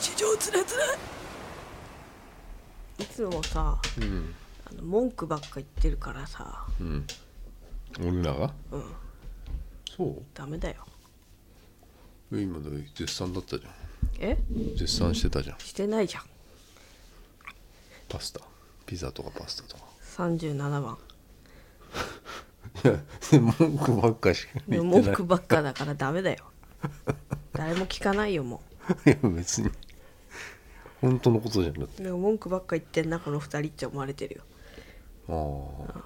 日常つらつらいつもさうんあの文句ばっか言ってるからさうん俺らがうんそダメだよう今だ絶賛だったじゃんえ絶賛してたじゃんしてないじゃんパスタピザとかパスタとか37番いや文句ばっかしかでも文句ばっかだからダメだよ誰も聞かないよもいや別に本当のことじゃなくてうでも文句ばっか言ってんなこの二人って思われてるよああ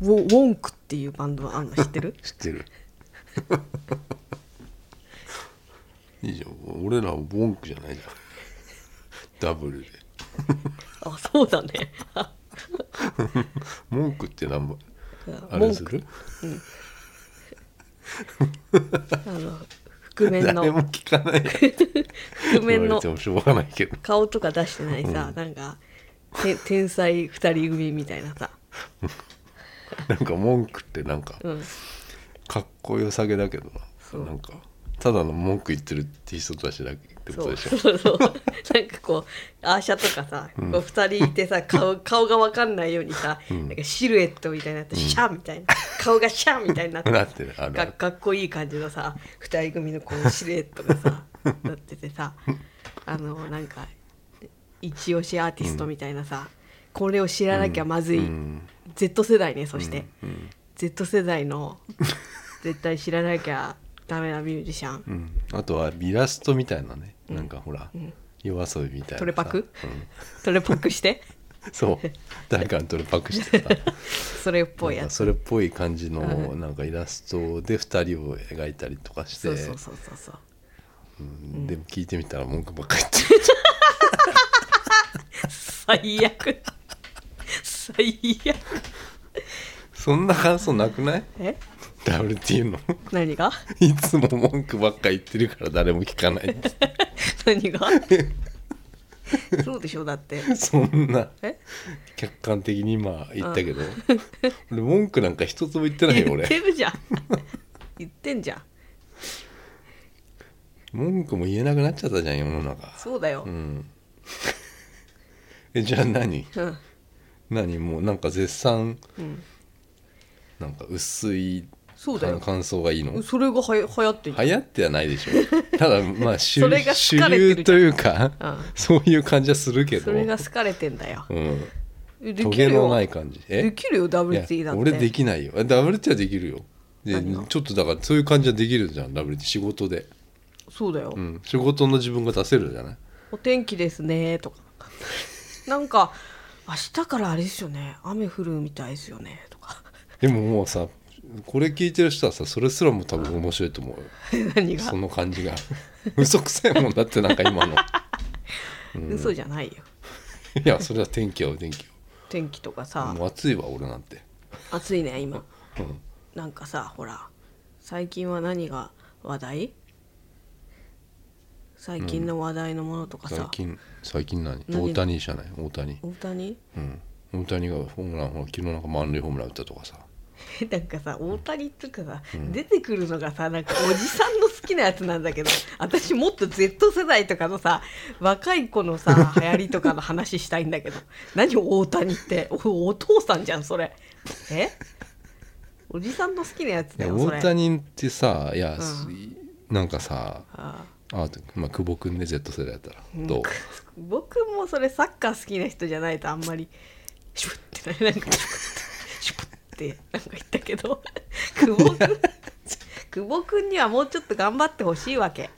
ウォウォンクっていうバンドあんの知ってる知ってる いいじゃん俺らは文句じゃないじゃんダブルで あそうだね文句って何もあれ文す句るあの覆面誰もの聞かない覆言面われのてもしょうがないけど顔とか出してないさ、なんかて天才二人組みたいなさ、 なんか文句ってなんかうん、かっこよさげだけどそうななんかただの文句言ってるって人たちだけってそことうでしょそうそうなんかこうアーシャとかさ、こう二人いてさ顔顔が分かんないようにさ、なんかシルエットみたいになって、シャンみたいな顔がシャンみたいになって なってるあるあかるかっこいい感じのさ二人組のこうシルエットが さなっててさあのなんか一押しアーティストみたいなさ、これを知らなきゃまずい、うん Z 世代ねそして、うん Z 世代の絶対知らなきゃダメなミュージシャンうんあとはイラストみたいなねなんかほら夜遊びみたいなさトレパクうんそれっぽくしてそう誰かにトレパクしてさそれっ ぽいなやんかつそれっぽい感じのうなんかイラストで2人を描いたりとかしてそうそうそうそうそううんでも聞いてみたら文句ばっかり言って最悪最悪 そんな感想なくないえ ?WT の 何がいつも文句ばっか言ってるから誰も聞かないって何 がそうでしょだってそんなえ客観的に今言ったけど俺文句なんか一つも言ってないよ言 って俺るじゃん言ってんじゃん文句も言えなくなっちゃったじゃん世の中そうだよ、うんえじゃあ何うん何もうなんか絶賛うんなんか薄いそうだよ感想がいいのそれがはや流行ってんじゃん流行ってはないでし ょただまあ主それが主好かれて流るじゃんというか、うんそういう感じはするけどそれが好かれてんだようん、でトきゲるのよない感じできるよいや WT だって俺できないよえ WT はできるよで何がちょっとだからそういう感じはできるじゃん WT 仕事で、そうだよ、うん、仕事の自分が出せるじゃないお天気ですねとかなんか明日からあれですよね雨降るみたいですよねとか でももうさこれ聞いてる人はさそれすらも多分面白いと思うよ何がその感じが嘘くさいもんだってなんか今のい嘘じゃないよやそれは天気は天気天気とかはさもう暑いわ俺なんて暑いね今うんなんかさほら最近は何が話題最近の話題のものとか最さ、近最近何何大谷じゃない大谷大谷うん大谷がホームランほら昨日なんか満塁ホームラン打ったとかさ なんかさ大谷っていうかさ、出てくるのがさなんかおじさんの好きなやつなんだけど 私もっと Z 世代とかのさ若い子のさ流行りとかの話したいんだ けど何大谷っておお父さんじゃんそれえおじさんの好きなやついだやよそ大れ谷ってさいや、んすなんかさあああ、まあ、久保君ね Z 世代だったらどう僕もそれサッカー好きな人じゃないとあんまりシュプってなんかシュプってなんか言ったけど久保君久保君にはもうちょっと頑張ってほしいわけ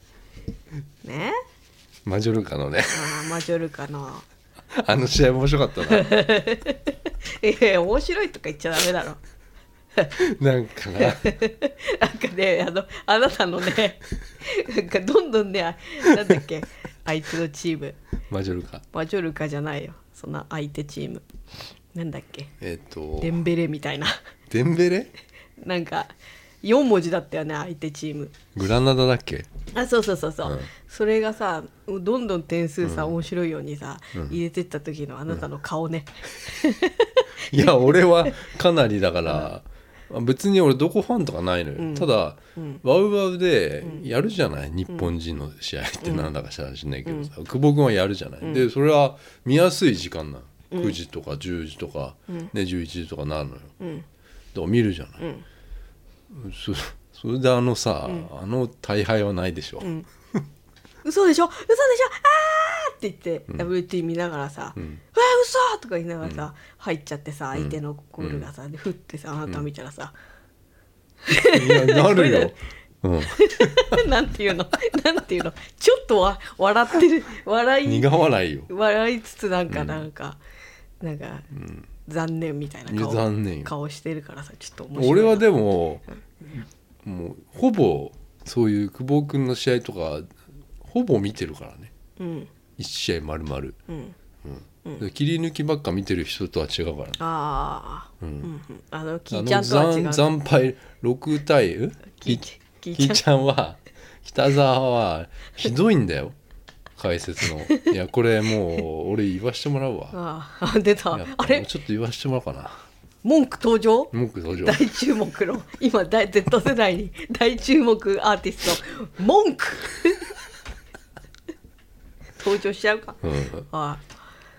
ねマジョルカのねあーマジョルカのあの試合面白かったないやいや面白いとか言っちゃダメだろなんかななんかねあのあなたのねなんかどんどんねあなんだっけあいつのチームマジョルカマジョルカじゃないよそんな相手チームなんだっけえっ、とデンベレみたいな。デンベレなんか4文字だったよね相手チームグラナダだっ けあそうそうそうそう、うんそれがさどんどん点数さ、面白いようにさ、入れてった時のあなたの顔ね、いや俺はかなりだから、あ別に俺どこファンとかないのよ、うんただ、うんワウワウでやるじゃない、日本人の試合ってなんだか知らないけどさ、久保君はやるじゃない、でそれは見やすい時間なの9時とか10時とか、ね、11時とかなるのよ、んだから見るじゃない、そそれであのさ、あの大敗はないでしょ、嘘でしょ嘘でしょあーって言って、WT 見ながらさ「うわ嘘!」とか言いながらさ、入っちゃってさ相手のゴールがさ、でふってさあなた見たらさ、 いやなるよ、うん、なんていうの なんていうのちょっとわ笑ってる笑い苦笑いよ笑いつつなんかなんか、なんか、残念みたいな顔残念よ顔してるからさちょっと面白い俺はでももうほぼそういう久保君の試合とかほぼ見てるからねうん1試合丸々、うんで切り抜きばっか見てる人とは違うからねああ、うんうんあのキあーのちゃんとは違う惨惨敗6対えキーききキーちゃんーちゃんは北沢はひどいんだよ解説のいやこれもう俺言わしてもらうわあーあ出たやっぱあれちょっと言わしてもらおうかな文句登場文句登場大注目の今大 Z 世代に大注目アーティスト文 句登場しちゃうか、うんあ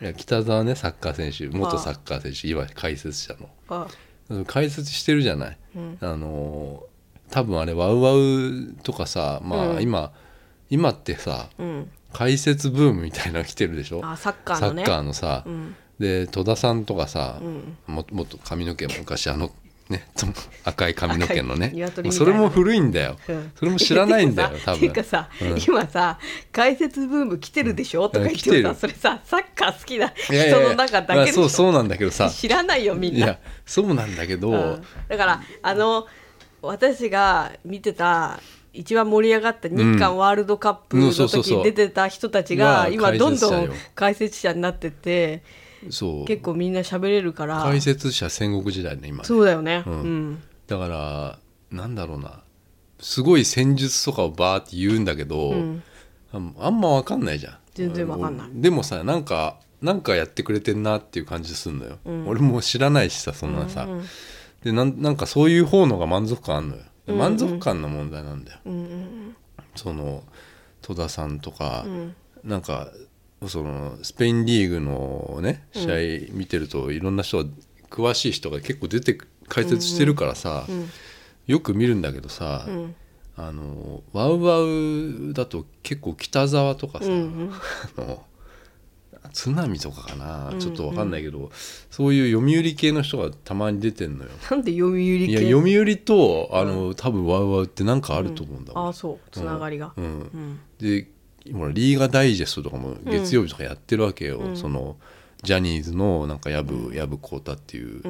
いや北沢ねサッカー選手元サッカー選手今解説者のーあ解説してるじゃない、あのー多分あれワウワウとかさまあ今、今ってさーうん解説ブームみたいなの来てるでしょあサッカーのねサッカーのさ、で戸田さんとかさ、ももっと髪の毛昔あのね と赤い髪の毛のね赤い鶏みたいなもうそれも古いんだよ、うんそれも知らないんだよ てかさ多て分かさ、今さ解説ブーム来てるでしょ、とか言ってもうさん来てるそれさサッカー好きないやいや人いやの中だまあけでしょ、そうそうなんだけどさ知らないよみんいなやそうなんだけど、うんだからあの私が見てた一番盛り上がった日韓ワールドカップうのんそうそう時そうに出てた人たちまがあ今どんど解説者んよ解説者になっててそう結構みんな喋れるから解説者戦国時代ね今ねそうだよね、ううんんだからなんだろうなすごい戦術とかをバーって言うんだけど、んあんあんま分かんないじゃん全然わかんないあのでもさなんかなんかやってくれてんなっていう感じすんのよ、俺も知らないしさそんなさ、でなんなんかそういう方のが満足感あんのよ満足感の問題なんだよ、その戸田さんとか、なんかそのスペインリーグのね試合見てると、いろんな人が詳しい人が結構出て解説してるからさ、よく見るんだけどさ、あのワウワウだと結構北沢とかさ、あの津波とかかな、ちょっと分かんないけどそういう読売系の人がたまに出てんのよ。なんで読売いや系読売とあの、多分ワウワウってなんかあると思うんだもん、ああそうつながりが、うんんでほらリーガダイジェストとかも月曜日とかやってるわけよ、そのジャニーズのなんか藪藪浩太っていう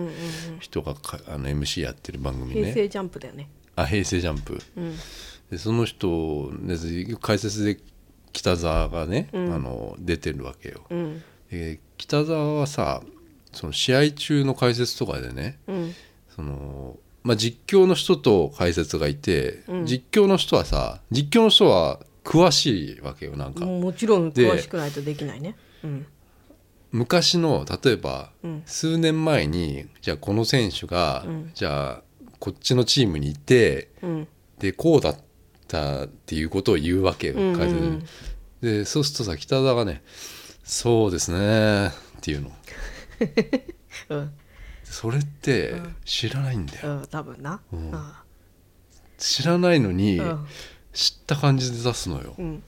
人がかあの MC やってる番組平ね成ジャンプだよね「あ平成ジャンプ」でその人、ね、解説で北沢がね、あの出てるわけよ、うんで北沢はさその試合中の解説とかでね、うんそのまあ、実況の人と解説がいて、実況の人はさ実況の人は詳しいわけよなんか、もうもちろんで詳しくないとできないねうん昔の例えば、うん数年前にじゃあこの選手が、うんじゃあこっちのチームにいてうんでこうだったっていうことを言うわけようんうんうん解説にでそうするとさ北田がね「そうですね」っていうのうんそれって知らないんだよ、うん多分な、うんあ知らないのに、うん知った感じで出すのよあ、うん、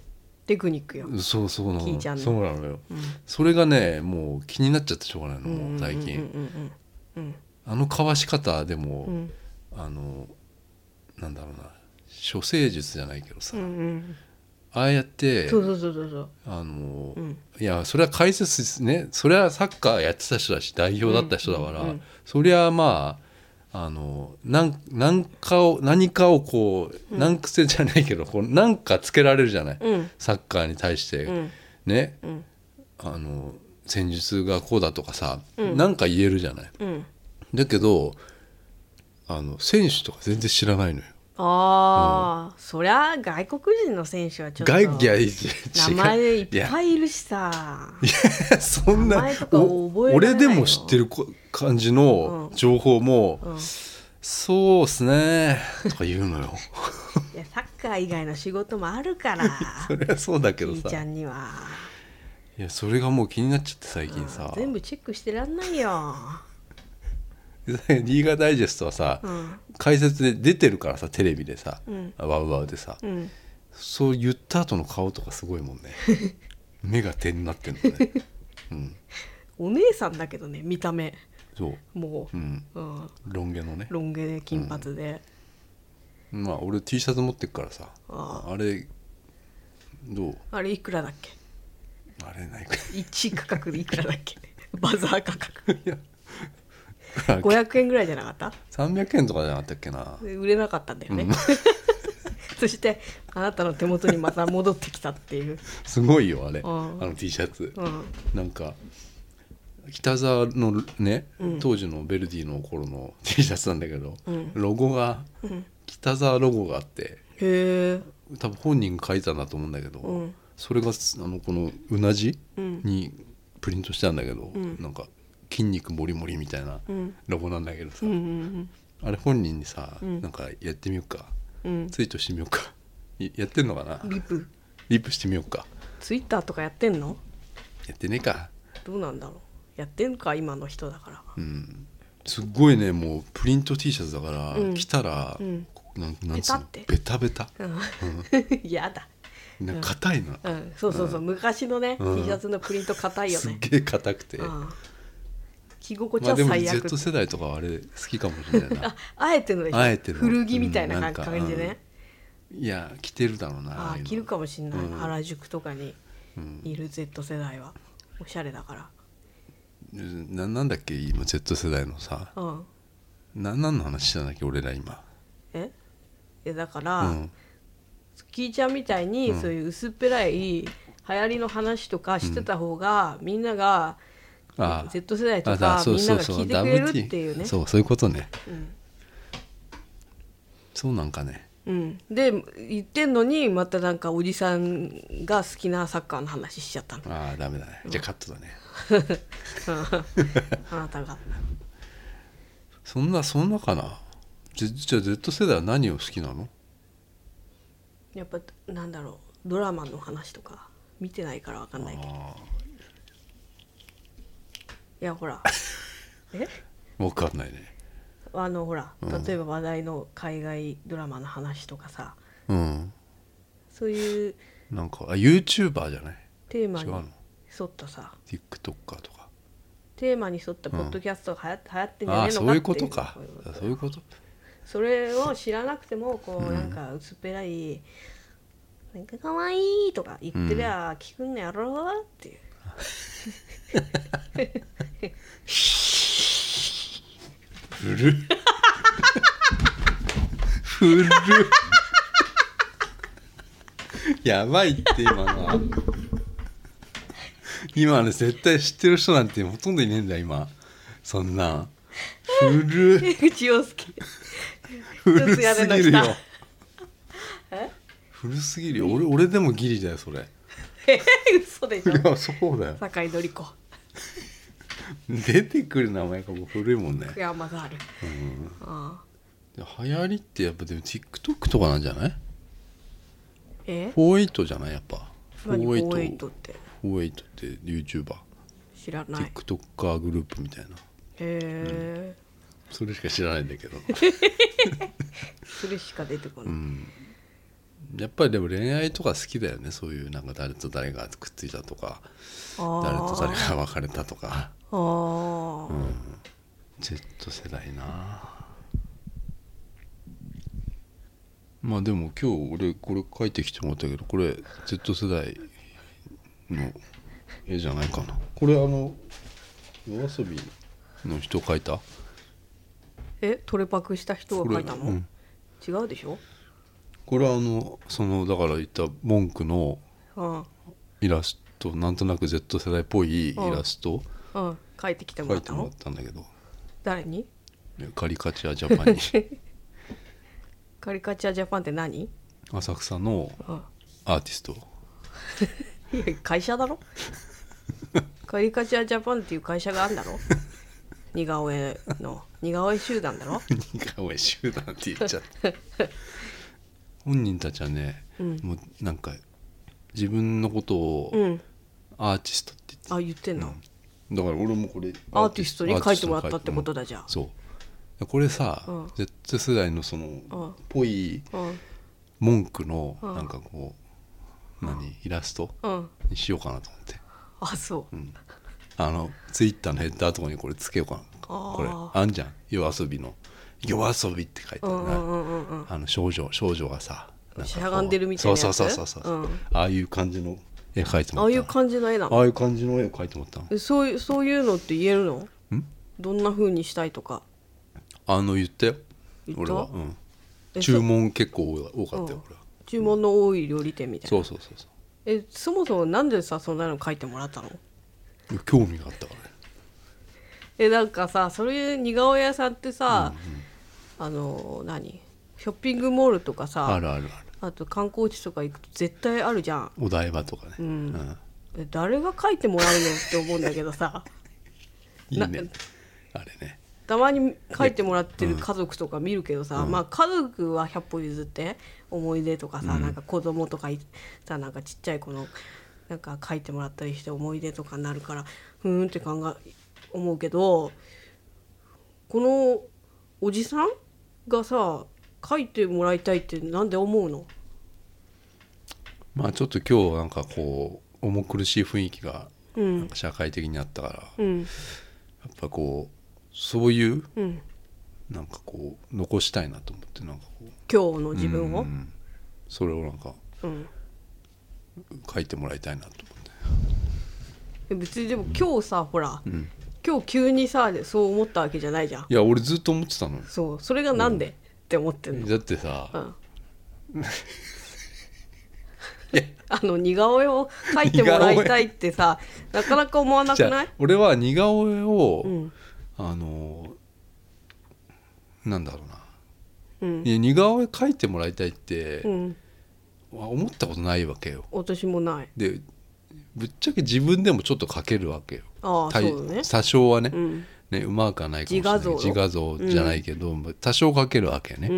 テクニックよ、そうそうな聞いちゃうののそうなのよ、んそれがねもう気になっちゃってしょうがないの、もう最近、うんうんうんうんあのかわし方でも、うんあのなんだろうな処世術じゃないけどさ、うんうんうんああやってそうそうそうそうそうあの、んいやそれは解説ですねそれはサッカーやってた人だし代表だった人だから、うんうんうんそりゃまああのなんなんかを何かをこう、難癖じゃないけどこうなんかつけられるじゃない、うんサッカーに対して、んね、んあの戦術がこうだとかさ、なんか言えるじゃないうんだけどあの選手とか全然知らないのよああ、そりゃ外国人の選手はちょっと外いやいや名違う前いっやぱいいるしさ そんな名前とか覚えられないよお俺でも知ってるこ感じの情報も、そうっすねとか言う のよいやサッカー以外の仕事もあるからそりゃそうだけどひーちゃさんにはいやそれがもう気になっちゃって最近さ全部チェックしてらんないよ、で リーガーダイジェストはさ、うん解説で出てるからさテレビでさ、うんワウワウでさ、うん、そう言った後の顔とかすごいも んね目が点になってんのねお姉さんだけどね見た目そう、もうう、ん、うん、ロン毛のねロン毛で金髪で、まあ俺 T シャツ持ってっからさああれどうあれいくらだっけあれないか1価格でいくらだっけ バザー価格いや500円ぐらいじゃなかった300円とかじゃなかったっけなで売れなかったんだよね、 そしてあなたの手元にまた戻ってきたっていう、すごいよあれあんの T シャツうん、なんか北沢のね、当時のヴェルディの頃の T シャツなんだけど、ロゴが、北沢ロゴがあってへえ多分本人が書いたんだと思うんだけど、うんそれがすあのこのうなじうんにプリントしたんだけど、んなんか筋肉もりもりみたいなうんロゴなんだけどさ、うんうんあれ本人にさ、んなんかやってみようかうんツイートしてみようか いやってんのかなうんリプリップしてみようかツイッターとかやってんのやってねえかどうなんだろうやってんか今の人だからうんすっごいねもうプリント T シャツだから、うん着たら、うんなんなんつペタうのってベタベタうん やだなんか硬いな、うん、そうそうそう、昔のね、うん T シャツのプリント硬いよすっね。げえ硬くて、うん着心地まあはでも最悪。 Z 世代とかはあれ好きかもしれない なあ、あえてのでしょあえての古着みたいなうんな感んか感じでうんね。いや着てるだろうなあああ、着るかもししれない、うん原宿とかにれない、いる Z 世代は。おしゃれだかうん、ななんだっけ今 Z 世代のさら。うん。な何の話したんだっけ俺ら今ええ、だから、うんスキーちゃんみたいに、そういう薄っぺらい流行りの話とかしてた方が、みんなが、ああ Z 世代とあだかそうみんなそうがそう聞いてくれるっていうね WT そうそういうことねうんそうなんかねうん、で言ってんのにまたなんかおじさんが好きなサッカーの話しちゃったのああダメだねじゃあカットだね、 あなたがそんなそんなかなじじゃあ Z 世代は何を好きなのやっぱなんだろうドラマの話とか見てないからわかんないけどいあやほ らえあわかんないねあのほらうん例えば話題の海外ドラマの話とかさうんそういうなんかあ YouTuber じゃないテーマに違うの沿ったさ TikToker とかテーマに沿ったポッドキャストがはや流行ってんじゃあねあえのそかうっていいううことかあそういうことそれを知らなくてもこうなんか薄っぺらい「なんかかわいい」とか言ってりゃ聞くんのやろっていう。 古る古るやばいって今のは今ね絶対知ってる人なんてほとんどいねえんだよ今そんな古る江口洋介古すぎるよえ古すぎるよ俺俺でもギリだよそれいえ嘘でしょやそうだよ酒井紀子出てくる名前がもう古いもんね福山雅治ああ流行りってやっぱでも TikTok とかなんじゃないえ48じゃないやっぱ何48って48って YouTuber 知らないへ TikToker グループみたいなえそれしか知らないん だけどそれしか出てこない、やっぱりでも恋愛とか好きだよねそういうなんか誰と誰がくっついたとかあ誰と誰ーが別れたとかあー、 Z 世代なまあでも今日俺これ書いてきてもらったけどこれ Z 世代の絵じゃないかなこれあの夜遊びの人描いたえトレパクした人が書いたの、これうん違うでしょこれはあのそのだから言った文句のうんイラストなんとなく Z 世代っぽいイラストうん書いてきても書らいってたもらっのたんだけど誰にカリカチュアジャパンに カリカチュアジャパンって何浅草のあアーティストいや 会社だろカリカチュアジャパンっていう会社があるんだろ似顔絵の似顔絵集団だろ似顔絵集団って言っちゃった本人たちはね、うんもうなんか自分のことうをんアーティストって言ってあ言ってんの、うんだから俺もこれアーティストに書いてもらったってことだだじゃんそうこれさ、うん Z 世代のそのんぽいうん文句のうんなんかこう、何イラストうんにしようかなと思って、あそう、うん、あのツイッターのヘッダーとかにこれつけようかなあーこれあんじゃん夜遊びの「夜遊び」って書いてあうるんうな、んうんうんうんあの少女少女がさなんかこうしゃがんでるみたいなやつそうそうそうそうそう、うんああいう感じの絵描いてあもらあっいたう感じの絵なあのあいう感じの絵を描いてもらったのえそういうそういうのって言えるのんどんな風にしたいとかあの言ったよ言った俺は、うん、え注文結構多かったよ、うん俺はそ注文の多い料理店みたいなそうそうそうそえそもそもなんでさそんなの書いてもらったのう興味があったからねえなんかさそういう似顔絵屋さんってさ、あの何ショッピングモールとかさあるあるあるあと観光地とか行くと絶対あるじゃんお台場とかね、んえ誰が書いてもらうのって思うんだけどさいいねなあれねたまに書いてもらってる家族とか見るけどさ、まあ家族は100歩譲って思い出とかさ、なんか子供とかいさなんかちっちゃい子のなんか書いてもらったりして思い出とかになるからふーんって考え思うけどこのおじさんがさ書いてもらいたいってなんで思うのまあちょっと今日なんかこう重苦しい雰囲気がうなんんか社会的にあったから、やうんっぱこうそういううんなんかこう残したいなと思ってなんかこう今日の自分をうんそれをなんかうん書いてもらいたいなと思ってえ別にでも今日さほら、ん今日急にさそう思ったわけじゃないじゃんいや俺ずっと思ってたのそうそれがなんで、って思ってんの、だってさ、うん、いや あの似顔絵を描いてもらいたいって さなかなか思わなじくゃなあい俺は似顔絵を、うんあのなんだろうなうんいや似顔絵描いてもらいたいって、うんわ思ったことないわけよ私もないでぶっちゃけ自分でもちょっと描けるわけよああ大そうだね多少はね,、うんねうまくはないかもしれない自画像自画像じゃないけど、多少描けるわけね、う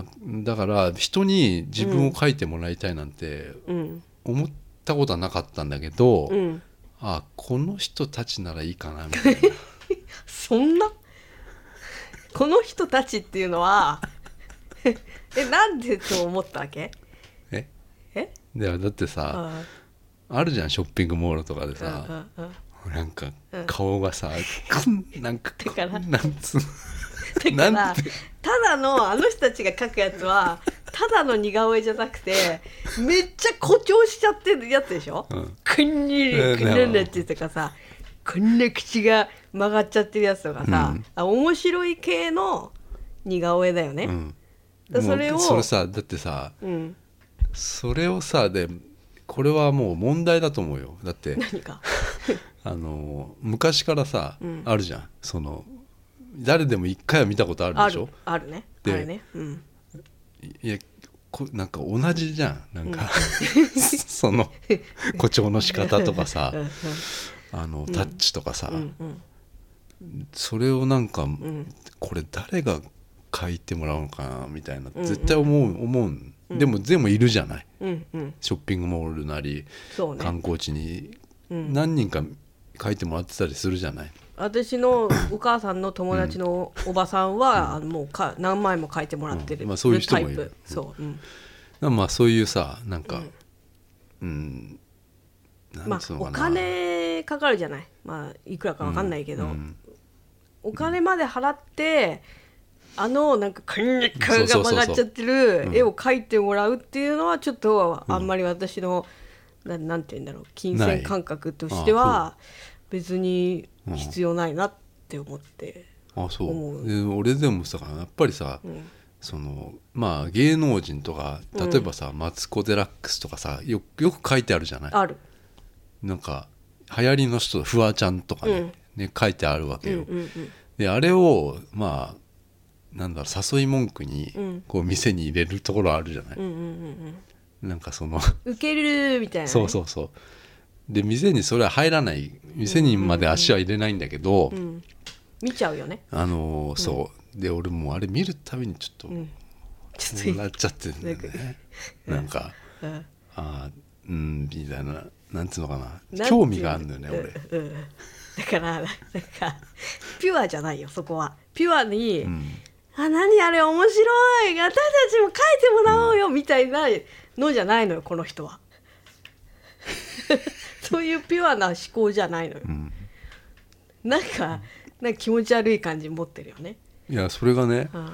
んだだから人に自分を描いてもらいたいなんてうん思ったことはなかったんだけど、うんあこの人たちならいいかなみ たいなそんな この人たちっていうのは えなんでそう思ったわけええだからだってさああるじゃんショッピングモールとかであさ、あああなんかうん顔 がさ、こんなんかだからなんつう だかならんてただのあの人たちが描くやつ はただの似顔絵じゃなくてめっちゃ誇張しちゃってるやつでしょ、うんくんにりくるんってとかさこんな口が曲がっちゃってるやつとかさ、うんあ面白い系の似顔絵だよね。うんだもうそれをそれさだってさうん、それをさでこれはもう問題だと思うよ だって何 か、あの昔からさ、うんあるじゃんその誰でも一回は見たことあるあでしるょあるねあでるね、うん、いやこなんか同じじゃんなんか、 その誇張の仕方とかさうんうんあのタッチとかさ、うんうんそれをなんか、んこれ誰が書いてもらうのかなみたいな絶対思う、思うんでも全部いるじゃないうんうんショッピングモールなり、そうね観光地にうん何人か書いてもらってたりするじゃない、私のお母さんの友達のおばさんは、あのもうか何枚も書いてもらってる、うんまあそういう人もいるタイプそう、うんまあそういうさなんかうん、なまんつうあのおかな、金かかるじゃないまあいくらかわかんないけど、うんお金まで払って、あのなんかカニカそうがそうそうそう曲がっちゃってる絵を描いてもらうっていうのはちょっとあんまり私の、ななんて言うんだろう金な銭い感覚としては別に必要ないなって思って、あそ思ううで俺でもさやっぱりさ、んそのまあ芸能人とか例えばさ、マツコ・デラックスとかさよよく書いてあるじゃないあるなんか流行りの人フワちゃんとかね,、うんね書いてあるわけよ、うんであれをまあなんだろう誘い文句にうんこう店に入れるところあるじゃないうんう、んうんなんかそのうん受けるみたいなね、そうそうそうで店にそれは入らない店にまで足は入れないんだけど、うん見ちゃうよねあのーそうで俺もうあれ見るたびにちょっと、うんちそうょっとなっちゃってるんだよ ねなんかうんあーうんみたいななんつうのかななん興味があるんだよねうん俺うんだからなんかピュアじゃないよそこはピュアに、うんあ何あれ面白い私たちも書いてもらおうよ、みたいなのじゃないのよこの人 はそういうピュアな思考じゃないのよ、んなんかなんか気持ち悪い感じ持ってるよね、いやそれがねうん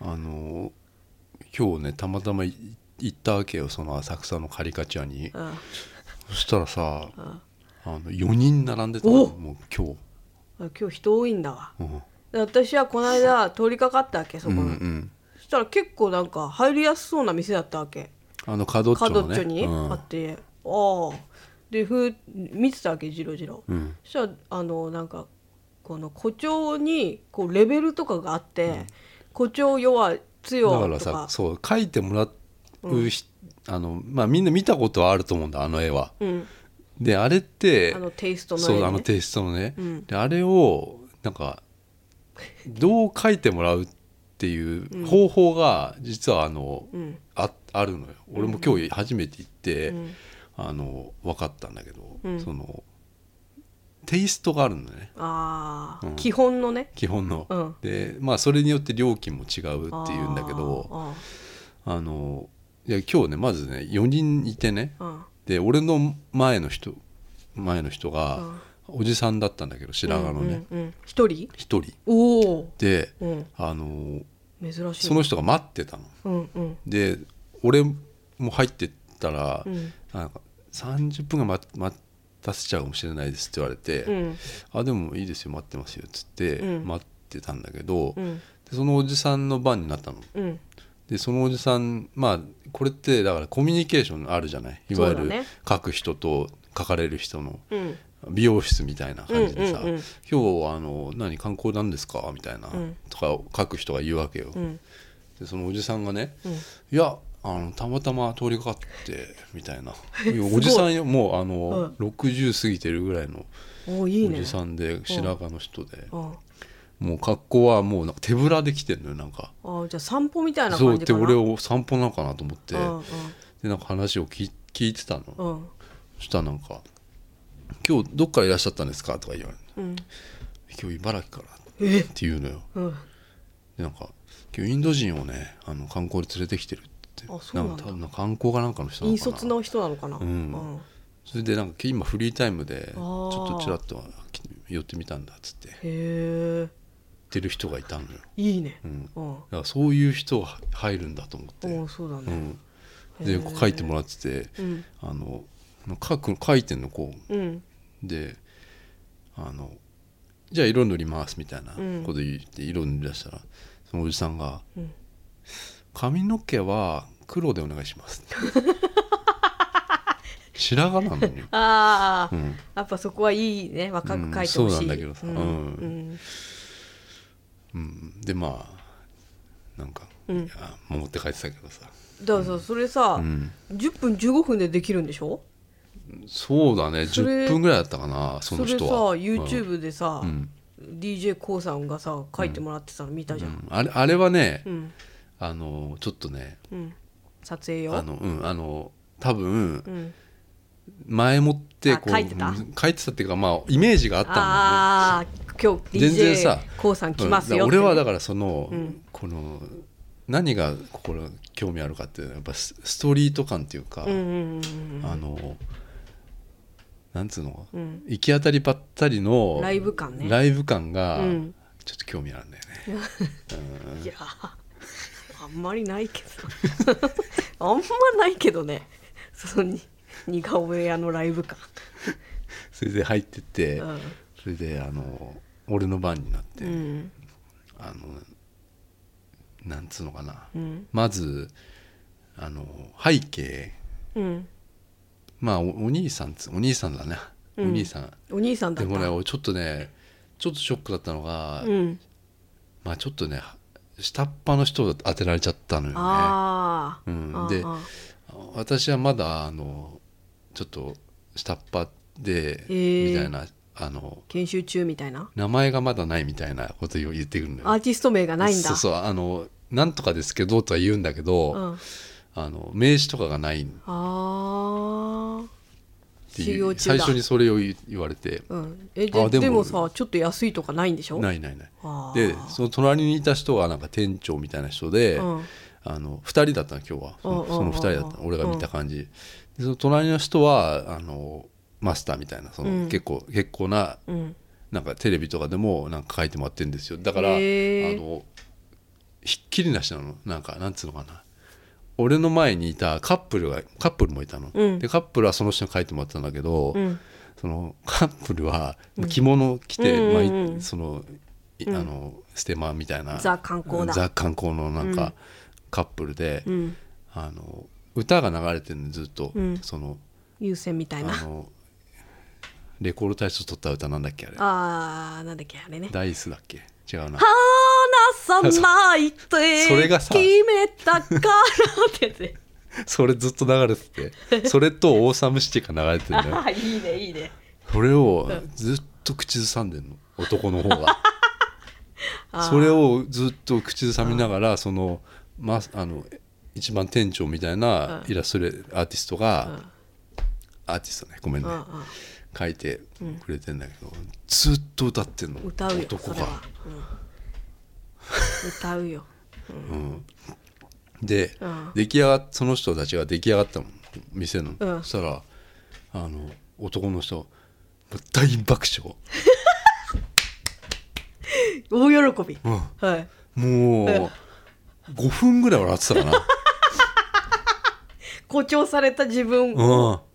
あのー今日ねたまたまい行ったわけよその浅草のカリカチュアにうんそしたらさんあの4人並んでたのおもう今日、あ今日人多いんだわうん私はこの間通りかかったわけそこうの、んうんそしたら結構なんか入りやすそうな店だったわけあの角っちょ角のっねちょにうんあって、ああでふう見てたわけじろじろ、うんそしたらあのなんかこの誇張にこうレベルとかがあって、誇張弱強だからとかさそう書いてもらうひ、あのまあみんな見たことはあると思うんだあの絵は。うん、であれってあのテイストの絵、ね、そうあのテイストのね、うんであれをなんかどう書いてもらうっていう方法が実はあの、うんああるのよ俺も今日初めて行って、うんあの分かったんだけど、うんそのテイストがあるのねああ、うん基本のね基本の。うんでまあそれによって料金も違うっていうんだけど。ああのいや今日ねまずね4人いてねーあで俺の前の人前の人ーがあおじさんだったんだけどー白髪のねうんうんうん一人一、人おお、で、うん、あの珍しいねその人が待ってたのうんうんで俺も入ってったら、うんなんか30分が待待たせちゃうかもしれないですって言われて「うんあでもいいですよ待ってますよ」っつってうん待ってたんだけど、うんでそのおじさんの番になったの。うんでそのおじさんまあこれってだからコミュニケーションあるじゃないいわゆそうだるね書く人と書かれる人のうん美容室みたいな感じでさ「うんうんうん今日あの何観光なんですか?」みたいな、んとか書く人が言うわけよ。うんでそのおじさんがね「いやあのたまたま通りかかって」みたい ないやおじさんよもうあの、60過ぎてるぐらいのおーいいおねじさんで白髪の人で、あもう格好はもうなんか手ぶらで来てんのよなんか。あーじゃあ散歩みたいなそう感っじてかな俺を散歩なのかなと思って。うんでなんか話を聞聞いてたのうそんしたらなんか「今日どっからいらっしゃったんですか?」とか言われるうん「今日茨城から」っえて言うのようんでなんか「今日インド人をねあの観光で連れてきてる」ってあそうなんだか多分な観光かなんかの人な引のかな率の人なのかなうんそれでなんか今フリータイムでちあょーっとちらっと来て寄ってみたんだっつって言っへえてる人がいたのよ、いいねうん、だうんからそういう人が入るんだと思って、おーそうだうねん、でこう書いてもらってうて、んあの書く書いてんのこううんであのじゃあ色塗りますみたいなうんこと言って色塗り出したら、そのおじさんがうん「髪の毛は黒でお願いします」 白髪なのに、ああうん、やっぱそこはいいね若く書いてほしいうんそうなんだけどさううんんうん、でまあなんか、うんいや守って帰ってたけどさ、だからさそれさうん、 10分15分でできるんでしょそうだねそれ10分ぐらいだったかなそそのれさ人は YouTube でさうん d j k o さんがさ書いてもらってたの見たじうゃんんあれあれはね、うんあのちょっとねうん撮影あよの、うん、あの多分、うん前もってこうあ書いてたうん書いてたっていうかまあイメージがあったんだよねああ今日全然さ DJ こうさん来ますようっんてだから俺はねだからその、うんこの何がここの興味あるかっていうのはやっぱスストリート感っていうか、うんうんうんあのなんつうの、うん行き当たりばったりのライブ感ねライブ感がうんちょっと興味あるんだよね、 うんいやあんまりないけど あんまないけどねそのに似顔絵屋のライブ感それで入ってって、うんそれであの俺の番になって、うんあのなんつうのかな、うんまずあの背景うんまあおお兄さんつお兄さんだね、うんお兄さんお兄さんだでったもね俺ちょっとねちょっとショックだったのが、うんまあちょっとね下っ端の人を当てられちゃったのよねあーうんあーであー私はまだあのちょっと下っ端で、へーみたいなあの研修中みたいな名前がまだないみたいなことを言ってくるんだよアーティスト名がないんだそうそうあのなんとかですけどとは言うんだけど、うん、ああの名刺とかがないっあて修い行う中だ最初にそれを言言われて、うん、えであででももさちょっと安いとかないんでしょないないないあーでその隣にいた人がなんか店長みたいな人で、うんあの2人だったの今日はそうんうんのうんその2人だったの俺が見た感じ、でその隣の人はあのマスターみたいなその、うん結構結構なうんなんかテレビとかでもなんか書いてもらってるんですよだからあへーのひっきりなしなのなんかなんつうのかな俺の前にいたカップルがカップルもいたの、うんでカップルはその人に書いてもらったんだけど、うんそのカップルは着物を着て、うんまあうんうんうんいそのいあのステマみたいなザ観光だザ観光のなんうんかカップルで、うんあの歌が流れてるのずっと、うんその優先みたあいなのレコード大賞取った歌なんだっけあれあーなんだっけあれねダイスだっけ違うな離さないって それがさ決めたからってや つねそれずっと流れててそれと「オーサムシティ」が流れてるんだよあーいいねいいねそれをずっと口ずさんでんの男の方 が。あーそれをずっと口ずさみながらその,、ま、あの一番店長みたいなうんイラストレアーティストうんが、アーティストねごめんね、うん書いてくれてんだけど、ずっと歌ってんのうん歌うよ男それはが。、うん、歌うよで、うん出来上がっその人たちが出来上がったの店の、うんそしたらあの男の人もう大爆笑、大喜び、うんはいもう、5分ぐらい笑ってたか な。誇張された自分うん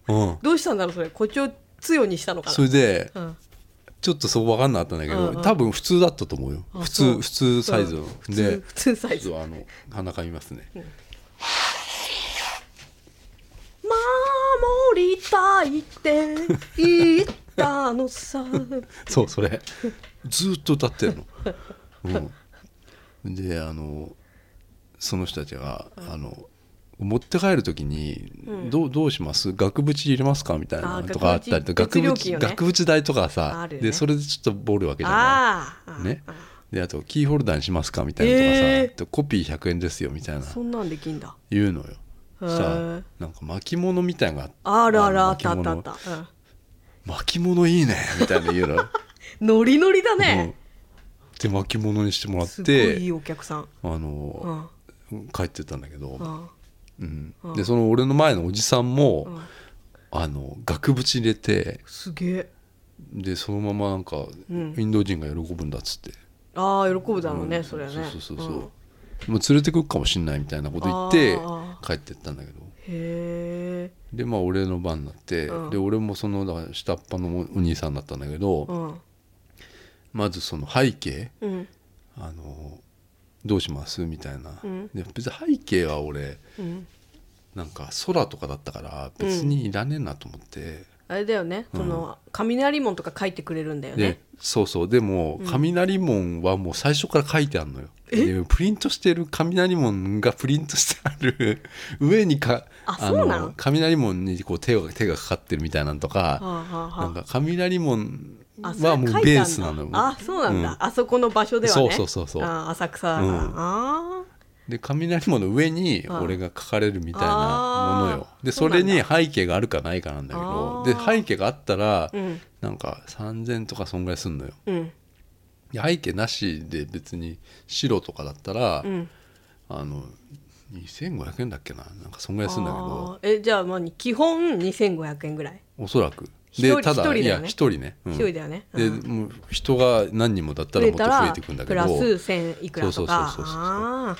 うんどうしたんだろうそれ誇張強にしたのかそれで、な、うん、ちょっとそこ分かんなかったんだけど、うんうん多分普通だったと思うよあ普そ通う普通サイズの、うんで普通普通サイズちょっとあの鼻かみますね、守りたいって言ったの さそう それずーっと歌ってるの、うん、であのその人たちが、あの持って帰る時に、どうどうします額縁入れますかみたいなあのーとかあったりと額額縁別縁,、料金よね額縁代とかさあ、るよねでそれでちょっとボールわけじゃないあーあーねあ、であとキーホルダーにしますかみたいなのとかさ、えーあとコピー100円ですよみたいなーそんなんできんだ言うのよへさーあなんか巻物みたいなのがあらあらあのったあったあっ巻た、うん物巻物いいねみたいな言うのよ、ノリノリだうんね、で巻物にしてもらすっごいていいお客さん、あうの、ん帰ってったんだけどう、んうんうんでその俺の前のおじさんも、うん、あの額縁入れてすげえでそのままなんか、うんインド人が喜ぶんだっつって、ああ喜ぶだろうね、うんそれはねそうそうそうう、そうんもう連れてくるかもしんないみたいなこと言ってあ帰ってったんだけどへえでまあ俺の番になって、うんで俺もそのだから下っ端のお兄さんだったんだけど、うんまずその背景うんあのどうしますみたいな、うんで別に背景は俺うんなんか空とかだったから別にいらねえなと思って、あれだよね、その雷門とか書いてくれるんだよで、ねそうそうでも雷門はもう最初から書いてあるのよ、でプリントしてる雷門がプリントしてある 上にかあそうなの雷門にこう手が手がかかってるみたいなのとか、はあはあはあなんか雷門あそれはもうベースなの書いてあんよだあそうなんだ、うんあそこの場所ではねそうそうそうそうあ浅草だから、うんあで雷門の上にうん俺が書かれるみたいなものよあーでそうそなんだれに背景があるかないかなんだけあどでー背景があったら、ーうんなんか3,000とかそんぐらいすんのようんで背景なしで別に白とかだったら、うんあの2500円だっけななんかそんぐらいすんだけどあーえじゃあまあ基本2500円ぐらいおそらく一人でただ一人だよねいや一人ね、うん一人だよねでうんもう人が何人もだったらもっと増えていくんだけプどラス1000いくらとかそうそうそうそうそうあ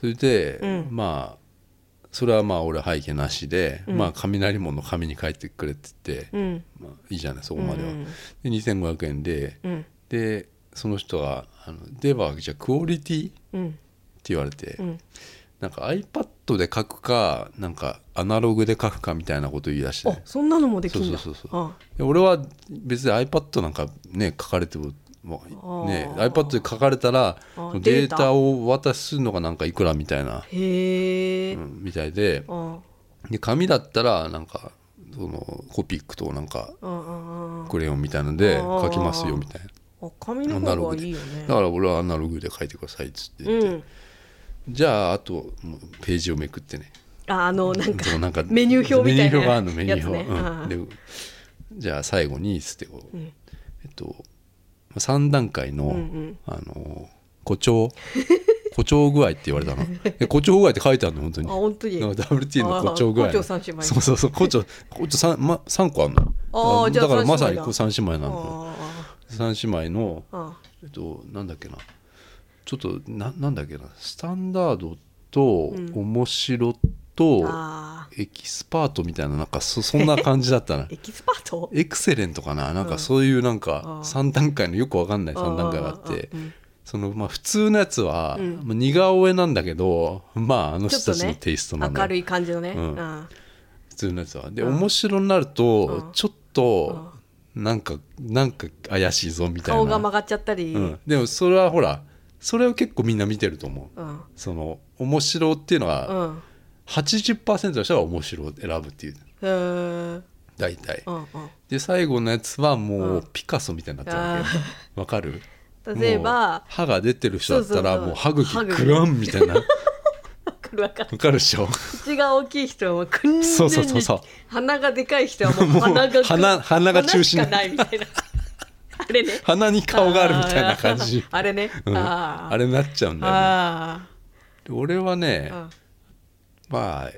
それで、うんまあそれはまあ俺背景なしで、まあ雷門の紙に書いてくれって言って、ーうんまあ、いいじゃないそこまでは、うんで2500円で、うんでその人があの「ではじゃあクオリティ?」ってうん言われて、うんなんか iPad で書くかなんかアナログで書くかみたいなこと言い出して、あそんなのもできそるうんそうだそうそうあで俺は別に iPad なんかね書かれてもーね iPad で書かれたらあーデーデータタを渡しするのがなんかいくらみたいな、へえうんみたいであで紙だったらなんかそのコピックとなんかうんうんうんクレヨンみたいのであー書きますよみたいあ紙なの方アナロがグいでいよねだから俺はアナログで書いてくださいっつって言っうて、んじゃああともうページをめくってねああのなんそかのなんかメニュー表みたいなメニュー表があるのメニュー表、やつねああうんでじゃあ最後につってこう、うんえっと3段階の、うんうんあの誇張誇張具合って言われ たのえ誇張具合って書いてあるの本当あに本当になんか WT の誇張具合あー誇張三姉妹そうそうそう誇張誇張三ま、三個あるのあーじゃあだからまさにこう三三姉妹なあのー三姉妹のあえっとなんだっけなちょっとななんだっけなスタンダードとうん面白と、ーあエキスパートみたいななんかそそんな感じだったな ーエキスパートエクセレントかななんうんかそういうなんあかー3段階のよくわかんない3段階があってうんそのまあ普通のやつは、うんまあ似顔絵なんだけどまああのちょっと人たちのねテイストなんだ明よ、るい感じのねうんあ普通のやつはで、うん面白になるとうんちょっとなんかなんか怪しいぞみーたいな顔が曲がっちゃったりうん、でもそれはほらそれを結構みんな見てると思ううんその面白っていうのうはん80%の人が面白を選ぶっていうへー大体うんうんで最後のやつはもうんうピカソみたいになっちゃうわけよわかる例えば もう歯が出てる人だったそらうそうそうもう歯茎歯茎グワンみたいなわわかるわかるかるでしょ口が大きい人はもうくんでんそうそうそうそう鼻がでかい人はもう鼻もがう鼻鼻が中心鼻しかないみたいなあれね鼻に顔があるみたいな感じあーあれね、うんああれになっちゃうんだよねあで俺はーねあまあ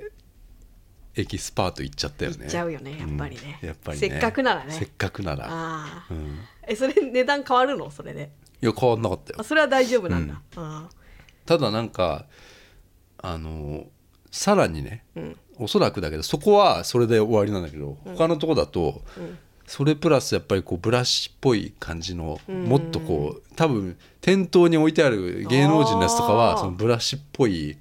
エキスパートいっちゃったよね行っちゃうよねやっぱりねうんやっぱりせっかくならねせっかくならあーうんえそれ値段変わるのそれでいや変わんなかったよあそれは大丈夫なんだ、あただなんかあのさらにねーうんおそらくだけどそこはそれで終わりなんだけど、他のとこだと、んそれプラスやっぱりこうブラシっぽい感じの、もっとこう多分店頭に置いてある芸能人のやつとかあーはそのブラシっぽい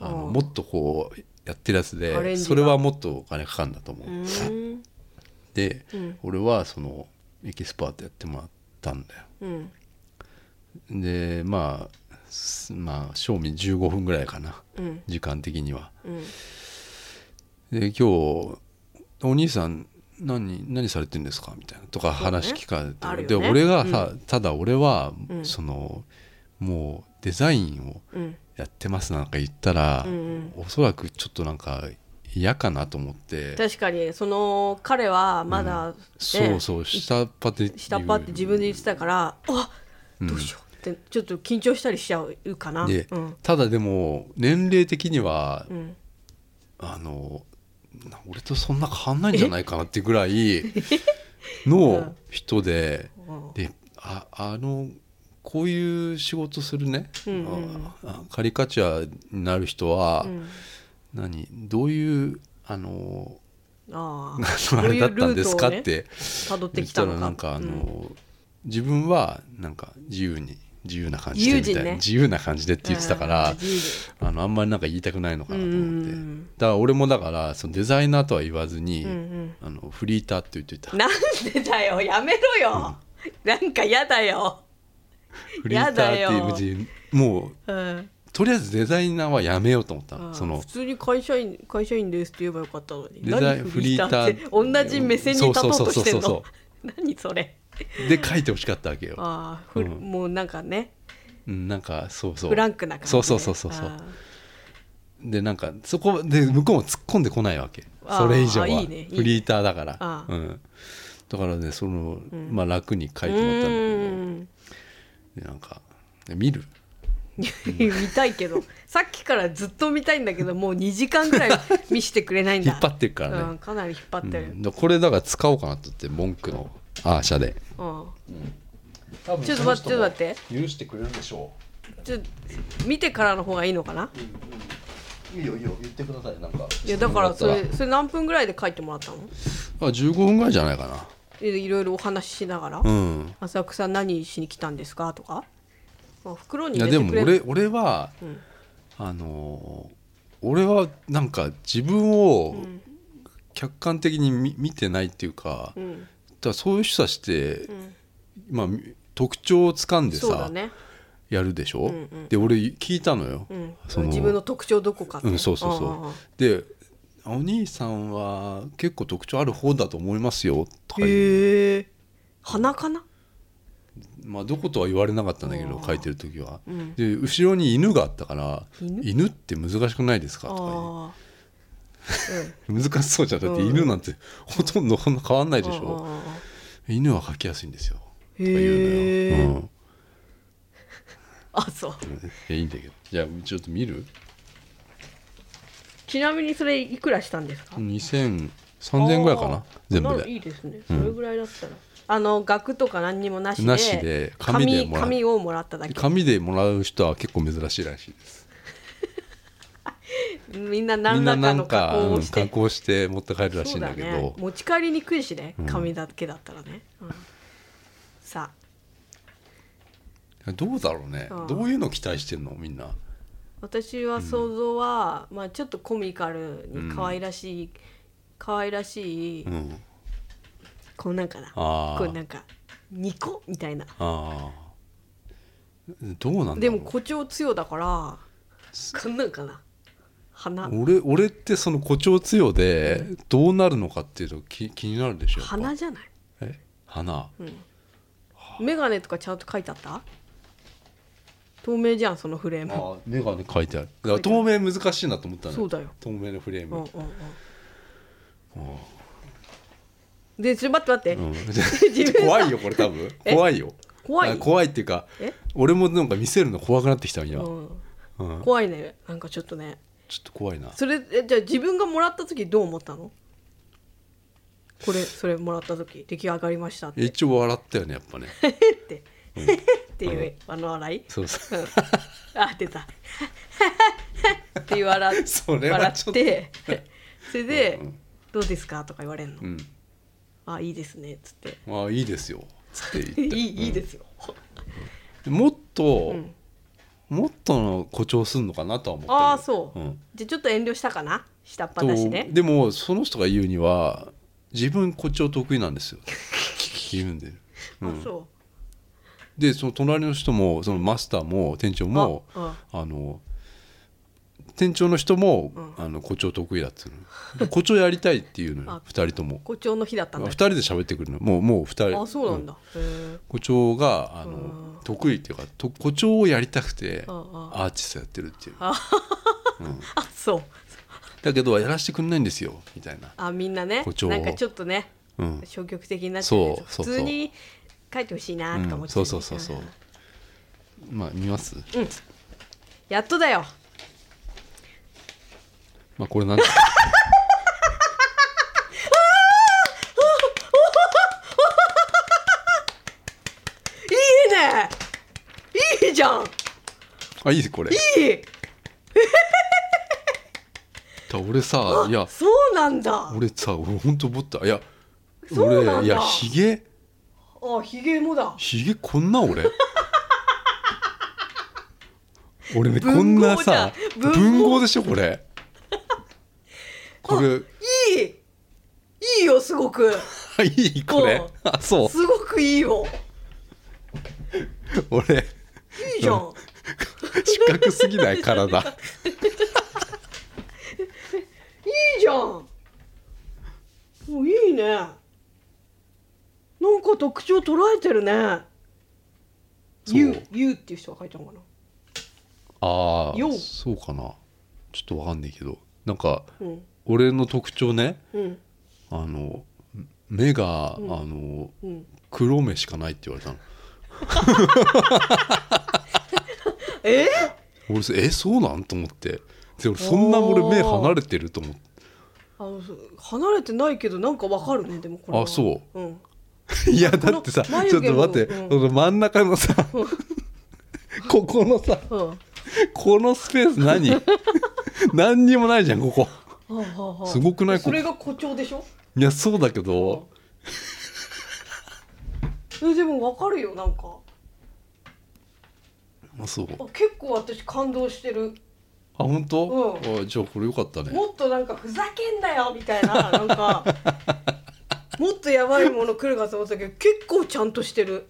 あのあーもっとこうやってるやつアレンでジがそれはもっとお金かかるんだと思う、うーんで、うん俺はそのエキスパートやってもらったんだようんでまあすまあ賞味15分ぐらいかなうん時間的には。うんで今日「お兄さん何何されてんですか?」みたいなとか話聞かれあるて、よでね俺がさ、ただ俺は、うんそのもうデザインをうんやってますなんか言ったら、うんうんおそらくちょっとなんか嫌かなと思って。確かにその彼はまだ、ねそうそう下っ端で下っ端って自分で言ってたからあどうしようってちょっと緊張したりしちゃうかな、で、うんただでも年齢的には、うん、あのな俺とそんな変わんないんじゃないかなってぐら いの人で、うんでああのこういう仕事するね、うんうんああカリカチュアになる人は、うん何どういうあの あああ のあれだったんですかどういっうルートをね辿てって言っきたたのらかなんかあの、自分はなんか自由に自由な感じでみたい自由な人ね自由な感じでって言ってたからうん、自由あのあんまりなんか言いたくないのかなと思って、うんうんうんだから俺もだからそのデザイナーとは言わずに、うんうんあのフリーターって言ってたなんでだよやめろよ、なんかやだよ、フリーターっていう字もううん、とりあえずデザイナーはやめようと思ったあのあその普通に会社員会社員ですって言えばよかったのにデザイン何フリーターってフリーター同じ目線に立とうとしてんそうそうそうそうの何それで書いてほしかったわけよ、 ああ、ふうんもうなんかねうん、なんかそうそうフランクな感じそでうそうそうそうそうあでなんかそこで向こうも突っ込んでこないわけあーそれ以上はいいねいいねフリーターだからあーうん、だからねその、んまあ、楽にあ書いてもらったんだけどうんでなんか見る見たい けどさっきからずっと見たいんだけどもう2時間ぐらい見してくれないんだ 引っ張ってるからね、うん、かなり引っ張ってるう、んだからこれだから使おうかなと思って文句のアーシャでうんちょっと待ってちょっと待って許してくれるでしょちょ見てからの方がいいのかなういいよいいよ言ってくださいなんかいやだからそれそれ何分ぐらいで書いてもらったのあ15分ぐらいじゃないかいいろいろお話ししながら、なうん浅草何しに来たんですかとかあ袋いにや入でれてくもれる俺俺は、んあのー俺はなんか自分を客観的に見見てないっていうか,、うだかんらそういう人たちって、んまあ特徴をつかんでそうださ、ね、やるでしんょ、うんで俺聞いたのよ、うんそ、自分の特徴どこかってうん、そうそうあああそあう。で、お兄さんは結構特徴ある方だと思いますよ」とか言う、へえ鼻かなまあ、どことは言われなかったんだけど書いてる時は、うんで後ろに犬があったから「犬犬って難しくないですか?」とか言うあーうん難しそうじゃんだってうん犬なんてほとんどそんな変わんないでしうんうんょうんうん犬は描きやすいんですよとか言うのへえ、よ、うんあそういやいいんだけどじゃあちょっと見るちなみにそれいくらしたんですか、 2000 3000ぐらいかあーな全部なでいいですねそうんれぐらいだったら、あの額とか何にもなしでなしで紙でもらう紙紙をもらっただけ紙でもらう人は結構珍しいらしいですみんなみ何んならかのなん加か工うをんして加工して持って帰るらそしいうんだだけねど持ち帰りにくいしねん紙だけだったらね、うんさあどうだろうねうんどういうの期待してんのみんな私は想像は、まあちょっとコミカルに可愛らしい、可愛らしい、うんこうなんかなあーこうなんかニコみたいなああどうなんだろうでも誇張強だからこんなんかな鼻俺俺ってその誇張強でどうなるのかっていうと気気になるでしょやっぱ鼻じゃないえ花眼鏡とかちゃんと書いてあった透明じゃんそのフレームあ眼鏡書いてある書だかいらてあ透明難しいなと思ったのそうだよ透明のフレーうム、んうんうんでちょっと待って待って、 うん 自分が怖いよこれ多分え怖いよ怖いあ怖いっていうかえ俺もなんか見せるの怖くなってきたんや、うん、うん怖いねなんかちょっとねちょっと怖いなそれえじゃあ自分がもらった時どう思ったのこれそれもらった時出来上がりましたって一応笑ったよねやっぱねえ って、えっていうあの笑いそうそううんあ出た って笑っそれは笑ちょっっとて それで、うんうんどうですか?」とか言われるの「うんあいいですね」っつってまあいいですよつって「い 言いっていいですよ」もっと、うんもっとの誇張すんのかなとは思ったああそう、うんじゃあちょっと遠慮したかな下っ端だしとねでもその人が言うには自分誇張得意なんですよ言うんで、うあん、そでその隣の人もそのマスターも店長うもああの店長の人も、うあの誇張得意だっつうの誇張やりたいっていうのあよ2人とも誇張の日だったん2だ人で喋ってくるのもうもう2人あそうなんうだ、へえ誇張があの、うん得意っていうかと誇張をやりたくてああアーティストやってるっていうあそうだけどやらせてくんないんですよみたいな、あみんなね誇張なんかちょっとねうん、消極的になっちゃうやつそうそうそう普通に書いてほしいなとか思ってたうね、ん、そうそうそうそうまあ見ます、うんやっとだよまあこ れなんこいいねいいじゃんあいいこれいいだ俺さいやそうなんだ俺さ俺ほんと思ったいやそうなんだ俺いやひげあひげもだひげこん な俺俺ね文こんな豪じゃんさ文豪文豪でしょこれこれいいいいよすごく いいこれうんあそうすごくいいよ俺いいじゃん四角すぎな い体いいじゃんもういいねなんか特徴捉えてるねそうゆうゆうっていう人が書いたのかなあよあうそうかなちょっとわかんないけどなんかうん俺の特徴ねうんあの目が、んあのうん黒目しかないって言われたのえ俺そえそうなんと思ってで俺そんな俺目離れてると思って あのそう離れてないけどなんかわかるねでもこれは、あそううん、いやだってさこの眉ちょっ毛とも待って、うんその真ん中 のさここのさうんはこのスペー ス何何にもないじゃんここあはあはあすごくないそれが誇張でしょいやそうだけどえでもわかるよなんかあそうあ結構私感動してるあ本当、うあじゃあこれよかったねもっとなんかふざけんなよみたいななん かもっとやばいもの来るかと思ったけど結構ちゃんとしてる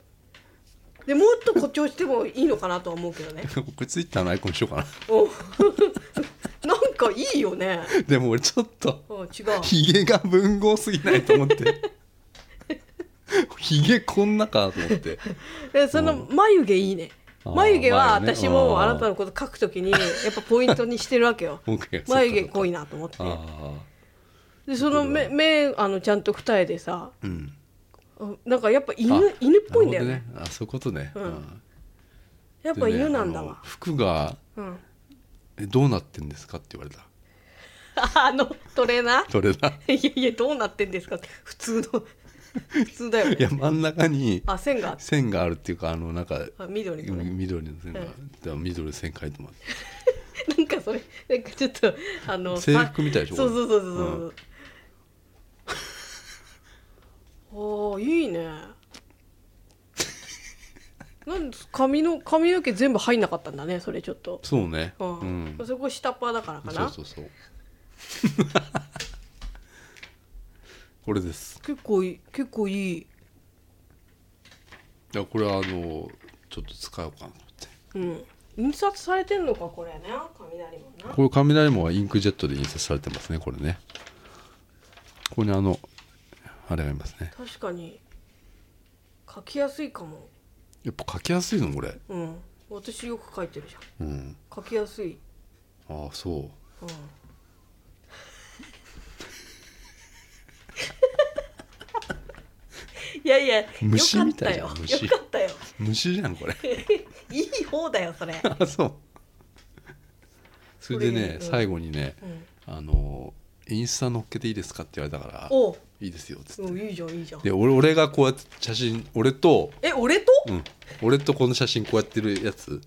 でもっと誇張してもいいのかなとは思うけどねこれツイッターのアイコンにしようかなお なんかいいよね。 でも俺ちょっとうん、違う。ヒゲが文豪すぎないと思ってヒゲこんなかと思ってでその眉毛いいね。あー眉毛は眉毛ね私もああーなたのこと書くときにやっぱポイントにしてるわけ よ OK そっかそっか眉毛濃いなと思ってあでその目目あのちゃんと二重でさあうんなんかやっぱ犬あ犬っぽいんだよねなるほどあそういうことね、うんあやっーぱでね犬なんだあのわ服がうんえどうなってんですかって言われた あのトレーナー それだいやいやどうなってんですかって普通の 普通だよいねや真ん中にあ線があって線があるっていうかあのなんかあ緑のね緑の線が、うんだから緑の線書いてもらってなんかそれなんかちょっとあの制服みたいでしょそうそうそうそうう そう、ああいいねなんです髪の髪の毛全部入んなかったんだねそれちょっと、そうねううんんそこ下っ端だからかなそうそうそう これです結構いい結構いいいやこれはあのちょっと使おうかなと思っうん印刷されてんのかこれね雷もなてこれ雷門はインクジェットで印刷されてますねこれねここにあのあれがありますね確かに書きやすいかもやっぱ書きやすいのこれうん私よく書いてるじゃんうん書きやすいああそううん いやいや、よ虫かっみたたいじゃよん。虫よかったよ。虫じゃ んこれいい方だよ、それ。あそうそれでねこれうん最後にね、うんあのインスタ乗っけていいですかって言われたから おう、いいですよっつってうん、いいじゃん、いいじゃん。で俺俺がこうやって写真俺とえ、俺と。うん、俺とこの写真こうやってるやつうん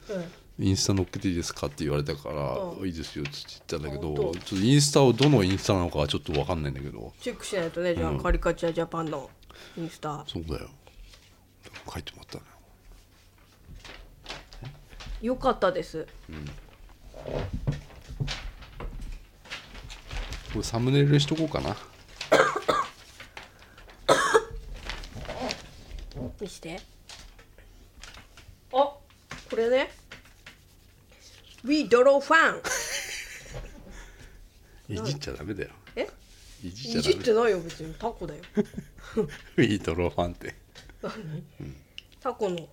インスタ載っけていいですかって言われたから、うんいいですよって言ったんだけどあちょ本っ当とインスタをどのインスタなのかはちょっと分かんないんだけどチェックしないとね、じゃあ、うんカリカチュアジャパンのインスタ。そうだよ書いてもらったのよよかったです。これサムネイルにしとこうかな見して。あ、これね。We draw fan。いじっちゃダメだよえ、いじっちいゃダじメってないよ、別にタコ だよ。ウィートローファンってタコの。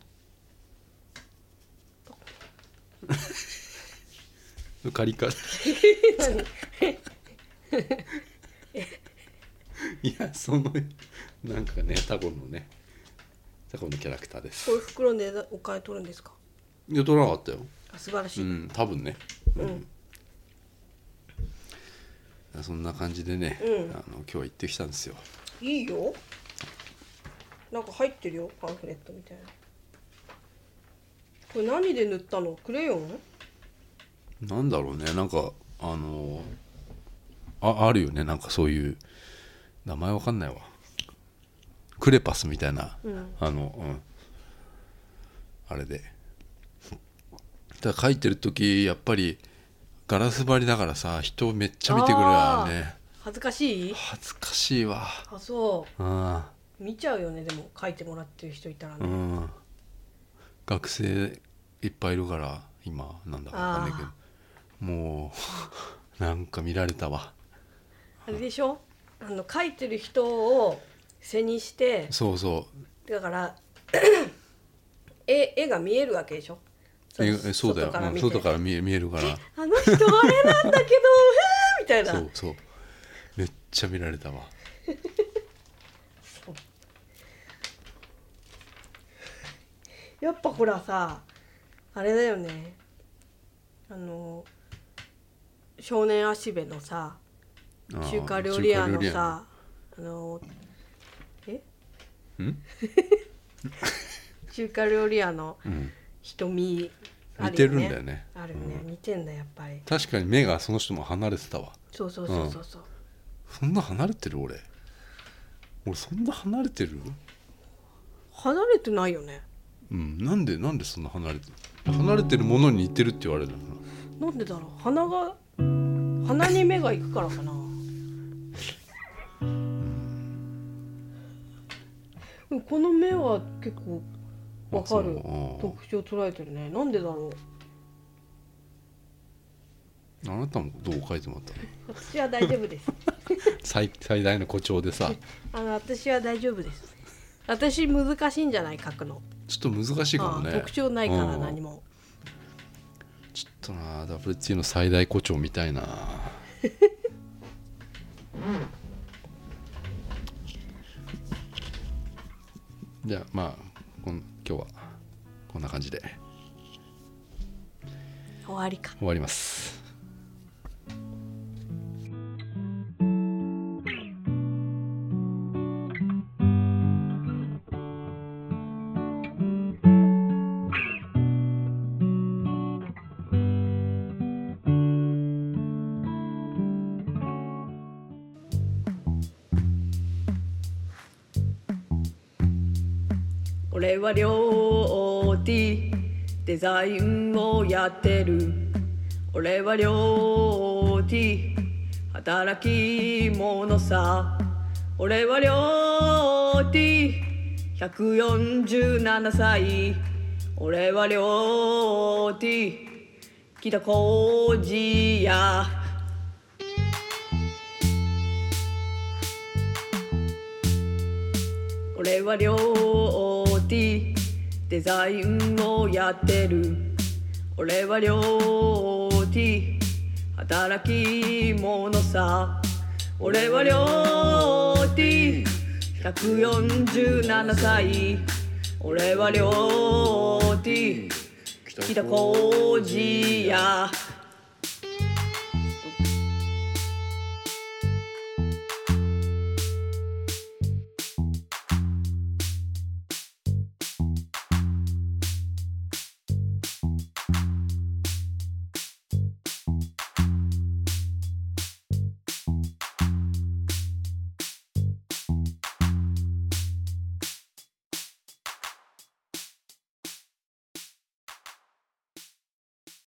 うかりか いやそのなんかねタコのねタコのキャラクターですこういう袋でお金取るんですか。いや取らなかったよあ素晴らしうい。ん多分ねうんそんな感じでね、うんあの今日は行ってきたんですよいいよ。なんか入ってるよ、パンフレットみたいな。これ何で塗ったの、クレヨン。なんだろうねなんかあのああるよねなんかそういう名前わかんないわクレパスみたいな、うんあのうんあれでただ書いてる時やっぱりガラス張りだからさ人めっちゃ見てくるわね恥ずかしい。恥ずかしいわあ、そあう。見ちゃうよね、でも、書いてもらってる人いたらうね。ん学生いっぱいいるから今なんだかわかんないけどあもう なんか見られたわあれでしょあの、書いてる人を背にして、そうそうだから。絵、絵が見えるわけでしょええそうだよ外からうん見て外から見え見えるからあの人あれなんだけど、 えーみたいな。そうそうめっちゃ見られたわやっぱほらさあれだよねあの少年足部のさあー中華料理屋の中華さあのえ料理屋ん 中華料理屋のうん瞳ある似てよ、ね、るんだよねあるね、似てんだやっぱり確かに目がその人も離れてたわそうそうそうそうそう、そんな離れてる俺俺そんな離れてる離れてないよねうんなんでなんでそんな離れてる離れてるものに似てるって言われるのかななんでだろう鼻が鼻に目が行くからかなでもこの目は結構わかるあそう特徴捉えてるねなんでだろうあなたもどう書いてもらったの私は大丈夫 です最最大の誇張でさあの私は大丈夫です私難しいんじゃない書くの、ちょっと難しいかもあねあ特徴ないからうん何も、ちょっとな WT の最大誇張みたい なじゃあまあこん今日はこんな感じで終わりか終わります俺は料理デザインをやってる俺は料理働き者さ俺は料理147歳俺は料理北浩二や俺は料理デザインをやってる俺は料理働き者さ俺は料理147歳俺は料理北浩二や